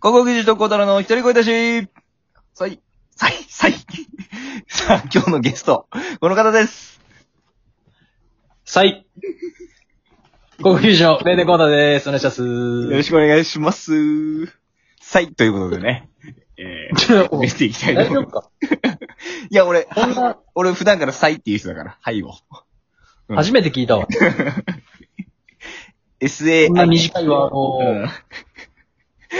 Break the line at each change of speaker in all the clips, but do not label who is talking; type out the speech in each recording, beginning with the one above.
高校技術と高太郎の一人声出しさい、さい、さい。 さあ、今日のゲスト、この方です。
はい。ご優勝、レイデコーダでーす。お願いします。
よろしくお願いします。さい、ということでね。 えー、見せていきたいと
大丈
思い
夫
ま
か
す。いや、俺、
こんな、
俺普段からさいっていう人だから、はいを。うん
初めて聞いたわ。
SA。
こんな短いワードを
う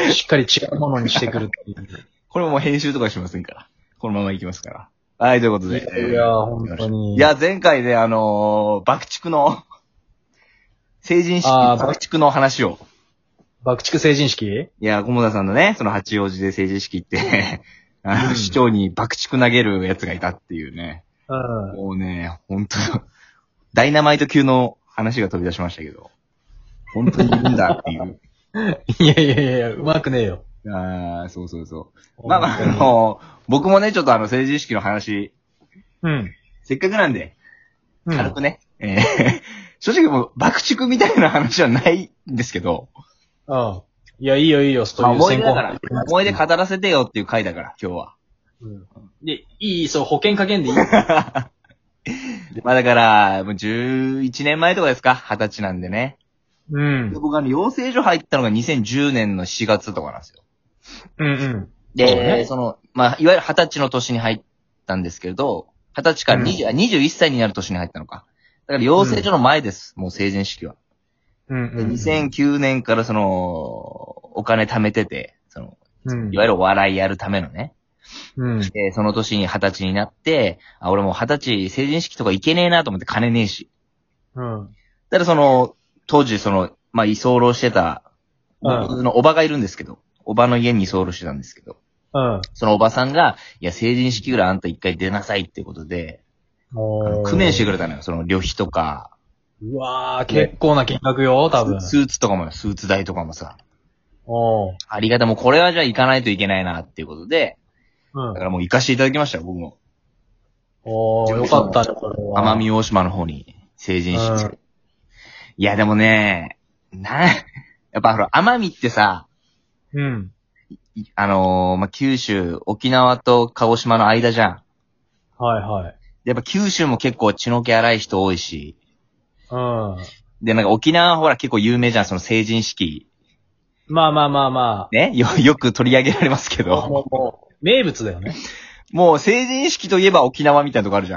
ん
しっかり違うものにしてくるっていう。
これももう編集とかしませんから。このままいきますから。はい、ということで。
いやー、本当に。
い、や、前回ね、あのー、爆竹の、成人式
あー
爆竹の話を。
爆竹成人式
いや、小田さんのね、その八王子で成人式行って、 あの、
うん
市長に爆竹投げるやつがいたっていうね。
うん。
もうね、ほんと、ダイナマイト級の話が飛び出しましたけど、本当にいるんだっていう。
いやいやいやいや、うまくねえよ。
ああ、そうそうそう。まあまあ、あのー、僕もね、ちょっとあの、成人式の話、
うん。
せっかくなんで、
うん。
軽くね、えー 正直もう爆竹みたいな話はないんですけど、
うん。いや、いいよいいよ、そう
まあ
いう
思い
先
出
行
だから、思い出語らせてよっていう回だから、今日は。
うん。で、いい、そう、保険かけんでいい。
まあだから、もう11年前とかですか ?20 歳なんでね。
うん。
僕あの、養成所入ったのが2010年の4月とかなんですよ。
うんうん。
で、
そうね
その、まあ、いわゆる20歳の年に入ったんですけれど、20歳から20、あ21歳になる年に入ったのか。だから養成所の前です、もう成人式は。
うん
で
うん。
2009年からその、お金貯めてて、その、
うん
いわゆるお笑いやるためのね。
うん。
で、その年に20歳になって、あ、俺もう20歳成人式とか行けねえなと思って金ねえし。
うん。
ただその、当時その、まあ、居候してた、
うん
僕のおばがいるんですけど、おばの家に居候してたんですけど、
うん。
そのおばさんが、いや、成人式ぐらいあんた一回出なさいってことで、あの
もう。
工面してくれたのよ。その旅費とか、
うわー、結構な金額よ、多分。
スーツとかも、スーツ代とかもさ、
おう
ありがたいもうこれはじゃあ行かないといけないなっていうことで、
うん
だからもう行かせていただきましたよ、僕も。
おー、よかったね、これは。
奄美大島の方に成人式。
うん
いや、でもね、な、やっぱほら、奄美ってさ、
うん。
いあのーまあ、九州、沖縄と鹿児島の間じゃん。
はいはい。
やっぱ九州も結構血の気荒い人多いし、
う
で、なんか沖縄はほら結構有名じゃん、その成人式。
ん。まあまあまあま
ねよ、 よく取り上げられますけ
あ。も
ど。
うもう名物だよね。
もう成人式といえば沖縄みたいなとこあるじゃ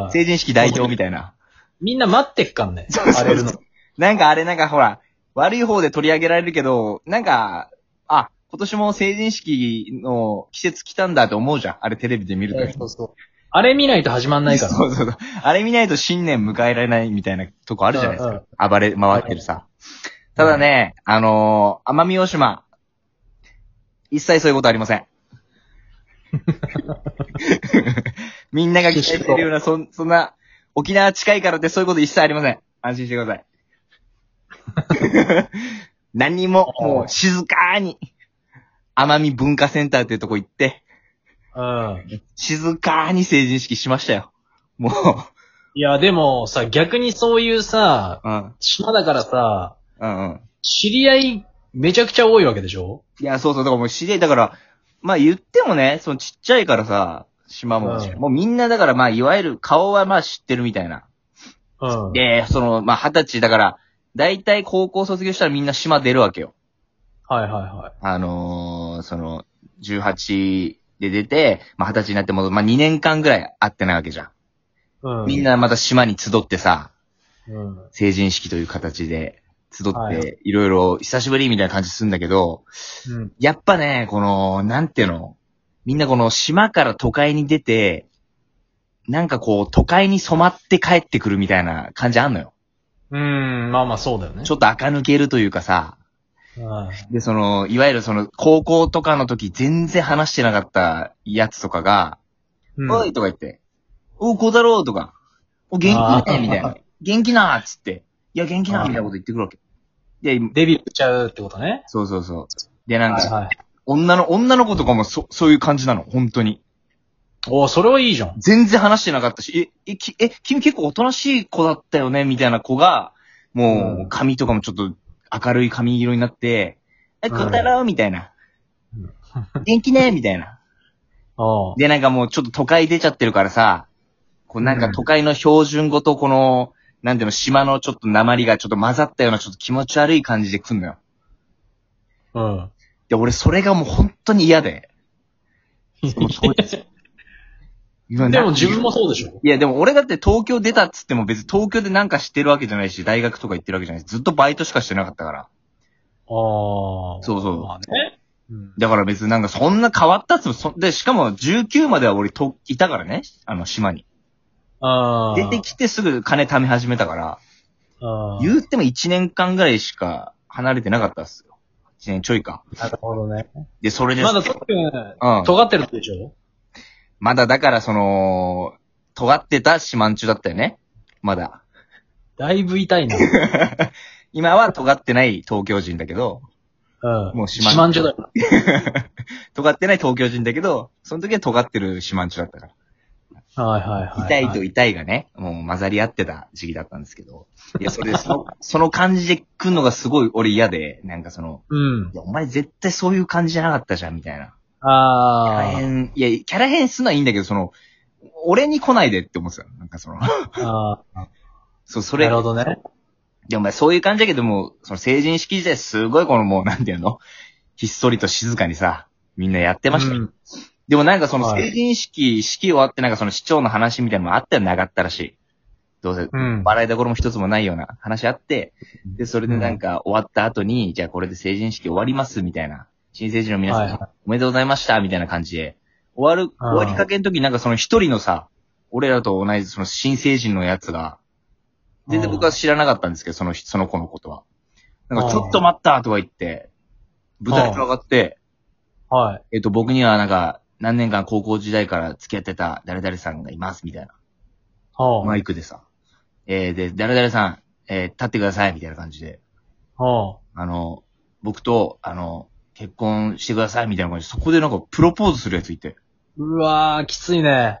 ん。
うん。
成人式代表みたいな。
みんな待ってっかんね。
そうそうそう
荒れるの。
なんかあれなんかほら、悪い方で取り上げられるけど、なんか、あ、今年も成人式の季節来たんだって思うじゃん。あれテレビで見ると。
そうそう。あれ見ないと始まんないから。
そうそうそう。あれ見ないと新年迎えられないみたいなとこあるじゃないです
うん
か。暴れ、回ってるさ。ただね、あのー、奄美大島、一切そういうことありません。みんなが期待してるような、そん、そんな、沖縄近いからってそういうこと一切ありません。安心してください。何も、もう静かに、奄美文化センターっていうとこ行って、
うん。
静かに成人式しましたよ。もう。
いや、でもさ、逆にそういうさ、
うん。
島だからさ、
うんうん。
知り合いめちゃくちゃ多いわけでしょ
いや、そうそう、だからもう知り合い、だから、まあ言ってもね、そのちっちゃいからさ、島も、
うん
もうみんなだからまあいわゆる顔はまあ知ってるみたいな。
うん。
で、その、まあ二十歳だから、だいたい高校卒業したらみんな島出るわけよ。
はいはいは
あのー、その、18で出て、まあ二十歳になっても、まあ2年間ぐらい会ってないわけじゃん。
い。うん。
みん。なまた島に集ってさ、
うん。
成人式という形で集っ
は
て、いろいろ久しぶりみたいな感じするんだけど、
うん。
やっぱね、この、なんていうのみんなこの島から都会に出て、なんかこう、都会に染まって帰ってくるみたいな感じあんのよ。
うん。まあまあそうだよね。
ちょっと垢抜けるというかさ。
うん。
で、その、いわゆるその、高校とかの時全然話してなかったやつとかが、
うん
おいとか言って、おう、小太郎とか、お、元気ねみたい
あ
な。元気なーっつって、いや、元気なーみたいなこと言ってくるわけ。で、
デビューしちゃうってことね。
そうそうそう。で、なん
はい
か、
はい。
女の、女の子とかもそ、そういう感じなの、本当に。
おーそれはいいじゃん。
全然話してなかったし、え、え、きえ君結構おとなしい子だったよねみたいな子が、もう、
うん
髪とかもちょっと明るい髪色になって、え、小太郎みたいな。元気ねみたいな。
ああ。
で、なんかもうちょっと都会出ちゃってるからさ、こうなんか都会の標準語とこの、なんていうの、島のちょっと鉛がちょっと混ざったようなちょっと気持ち悪い感じで来んのよ。
うん。
で、俺それがもう本当に嫌で。
で
で
も自分もそうでしょ
いや、でも俺だって東京出たっつっても別に東京でなんかしてるわけじゃないし、大学とか行ってるわけじゃないし、ずっとバイトしかしてなかったから。
ああ。
そうそう
まあね。うん。
だから別になんかそんな変わったっつもそ、で、しかも19までは俺と、いたからね、あの島に。
ああ。
出てきてすぐ金貯め始めたから、
ああ。
言うても1年間ぐらいしか離れてなかったっすよ。1年ちょいか。
なるほどね。
で、それで、
まだ特に、
うん。
尖ってるでしょ
まだだからその、尖ってた島ん中だったよね。まだ。
だいぶ痛い な。
今は尖ってない東京人だけど、
うん。
もう島
んじゅだよ。
尖ってない東京人だけど、その時は尖ってる島ん中だったから。
はいはいはい。
痛いと痛いがね、もう混ざり合ってた時期だったんですけど。いや、それでその、 その感じで来んのがすごい俺嫌で、なんかその、
うん
い。や、お前絶対そういう感じじゃなかったじゃん、みたいな。キャラ
あー
変、いや、キャラ変すんのはいいんだけど、その、俺に来ないでって思ってたの。なんかその、
あー。
そう、そ
そ
れ
なる、ほどね。
で、お前そういう感じだけども、その成人式時代すごいこのもう、なんていうのひっそりと静かにさ、みんなやってましたよ。
うん
でもなんかその
はい
成人式、式終わってなんかその市長の話みたいなのもあったよ、なかったらしい。どうせ、
うん。
笑いどころも一つもないような話あって、で、それでなんか終わった後に、じゃあこれで成人式終わります、みたいな。新成人の皆さん、
はいは
おめでとうございました、みたいな感じで。終わる、
あー
終わりかけの時になんかその一人のさ、俺らと同じその新成人のやつが、全然僕は知らなかったんですけど、その人、その子のことは。なんか、
あー
ちょっと待ったとか言って、舞台に上がって、
はい。
えっと、僕にはなんか、何年間高校時代から付き合ってた誰々さんがいます、みたいな。
は
マイクでさ。えー、で、誰々さん、えー、立ってください、みたいな感じで。
あ。は
あの、僕と、あの、結婚してください、みたいな感じで、そこでなんか、プロポーズするやついて。
あ。うわー、きついね。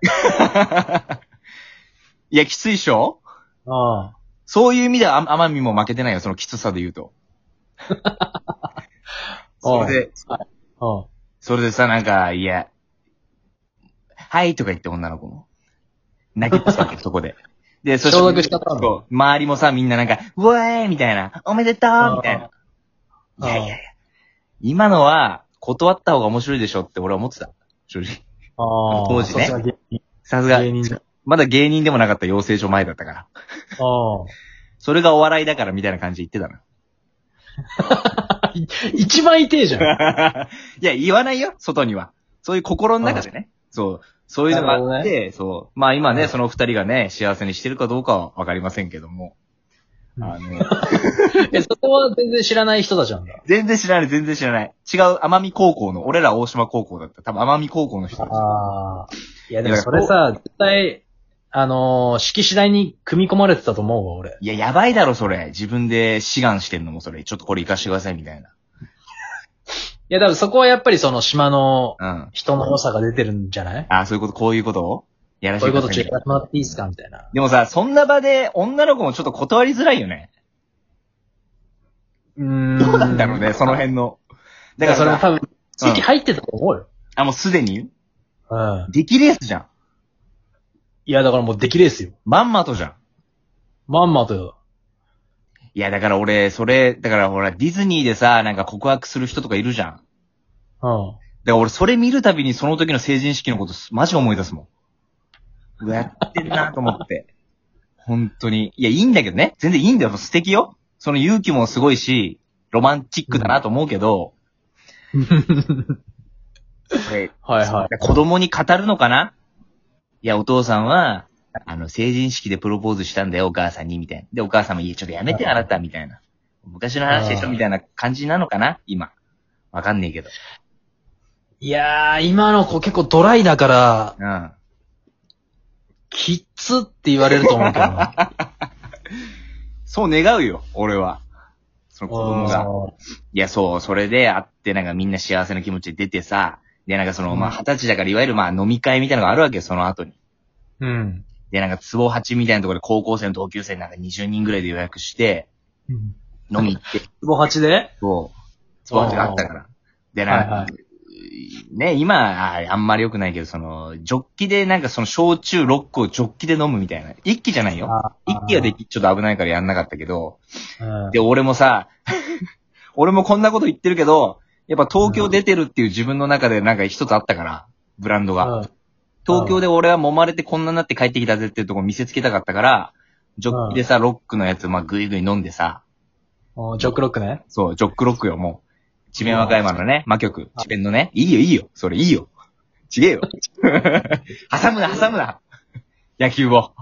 いや、きついっしょ
うん。
そういう意味では、あ天海も負けてないよ、そのきつさで言う と。それで、
うん。
それでさ、なんか、いや、はいとか言って女の子も。泣き出すわけ、そこで。で、そ
承諾しちゃったの
そう周りもさ、みんななんか、うわーいみたいな、おめでとうみたいな。い
あー
やいやいや。今のは、断った方が面白いでしょって俺は思ってた。正直。
ああ。
当時ね
さすが芸人
さすが、
芸人じゃん。
まだ芸人でもなかった養成所前だったから。
うん。
それがお笑いだからみたいな感じで言ってたの。
一番痛 いじゃん。
いや、言わない よ、外には。そういう心の中でね。そう。そういうのがあ
なる
っ
ほ
て、
ど
そう。まあ今ね、
うん
その二人がね、幸せにしてるかどうかはわかりませんけども。あの、
え、そこは全然知らない人たちなんだ。
全然知らない、全然知らない。違う、奄美高校の、俺ら大島高校だった。多分奄美高校の人たち。
ああ。いや、でもそれさ、絶対、あのー、式次第に組み込まれてたと思うわ、俺。
いや、やばいだろ、それ。自分で志願してんのも、それ。ちょっとこれ行かしてください、みたいな。
いや、多分そこはやっぱりその島の
うん。
人の良さが出てるんじゃない
あ、そういうこと、こういうことをやらせ
こう
て
いう
くださ
こと
い。
ちょっとやってもらっていいですかみたいな。
でもさ、そんな場で女の子もちょっと断りづらいよね。
うーん。
どうなんだろうね、その。辺の。だ
だ
か
かららそれも
さ、
多分、席入ってたと思うよ。
あ、もうすでに
うん。
出来レースじゃん。
いや、だからもう出来レースよ。
まんまとじゃん。
まんまとよ。
いや、だから俺、それ、だからほら、ディズニーでさ、なんか告白する人とかいるじゃん。だか
うん。
ら俺、それ見るたびにその時の成人式のことす、マジ思い出すもん。うわ、やってんなと思って。本当に。いや、いいんだけどね。全然いいんだよ。素敵よ。その勇気もすごいし、ロマンチックだなと思うけど、これ
はいはい。
子供に語るのかないや、お父さんは、あの、成人式でプロポーズしたんだよ、お母さんに、みたいな。で、お母さんも、いや、ちょっとやめて、
うん
あなた、みたいな。昔の話でしょ、
うん
みたいな感じなのかな今。わかんねえけど。
いやー、今の子結構ドライだから、
うん。
キッズって言われると思うけどな。
そう願うよ、俺は。その子供が。
うん
いや、そう、それで会って、なんかみんな幸せな気持ちで出てさ、で、なんかその、まあ、
うん
二十歳だから、いわゆるまあ、飲み会みたいなのがあるわけよ、その後に。
うん。
で、なんか、壺八みたいなところで高校生の同級生なんか20人ぐらいで予約して、飲み行って、
ツボ8で
そう。そういうのがあったから。で、なんか、
はいは
ね、今、ああんまり良くないけど、その、ジョッキで、なんかその、焼酎6個をジョッキで飲むみたいな。一気じゃないよ。
あー
一気はでき、ちょっと危ないからやんなかったけど、
うん
で、俺もさ、 俺もこんなこと言ってるけど、やっぱ東京出てるっていう自分の中でなんか一つあったから、ブランドが。
うん
東京で俺は揉まれてこんなになって帰ってきたぜっていうとこ見せつけたかったから、ジョッキでさ、ロックのやつ、まあ、ぐいぐい飲んでさ、
おージョックロックね。
そう、ジョックロックよ、もう。智弁和歌山のね、魔曲、智弁のね、いいよ、いいよ、それいいよ。ちげえよ。 挟むな、挟むな。野球を。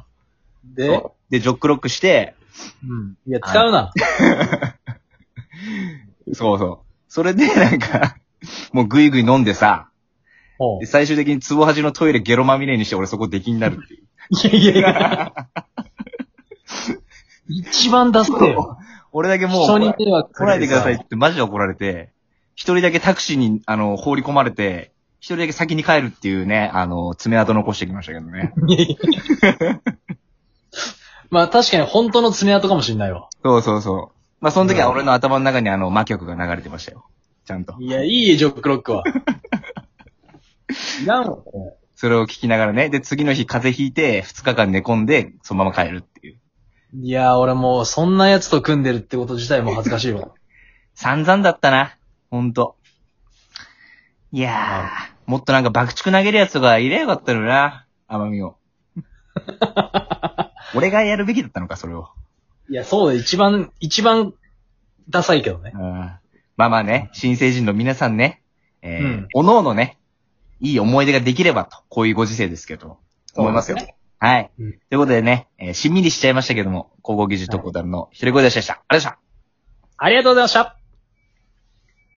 で、
で、ジョックロックして、
うん。いや、使うな。
そうそう。それで、なんか、もうぐいぐい飲んでさ、
おう
で最終的に壺端のトイレゲロまみれにして俺そこ出禁にな るっていう。
いやいやいや。一番出せよ。
俺だけもう、
人に迷惑
来ないでくださいってマジで怒られて、一人だけタクシーに、あの、放り込まれて、一人だけ先に帰るっていうね、あの、爪痕残してきましたけど ね。
いやいや まあ確かに本当の爪痕かもしんないわ。
そうそうそう。まあ、その時は俺の頭の中にあの、魔曲が流れてましたよ。ちゃんと。
いや、いいよ、ジョックロックは。 いらんわ、こ
それを聞きながらね。で、次の日風邪ひいて、二日間寝込んで、そのまま帰るっていう。
れいや、俺もう、そんな奴と組んでるってこと自体もう恥ずかしいわ。
散々だったな。ほんと。いやー、もっとなんか爆竹投げるやつがいればよかったのにな。甘み を。俺がやるべきだったのか、それを。
いや、そうだ、一番、一番、ダサいけどね
う。んまあまあね、新成人の皆さんね、えー
うん
おのおのね、いい思い出ができればと、こういうご時世ですけど、思いますよ。はい。
うん
ということでね、えーしんみりしちゃいましたけども、高校技術特攻団の一人声出しでした。ありがとうございました。
ありがとうございました。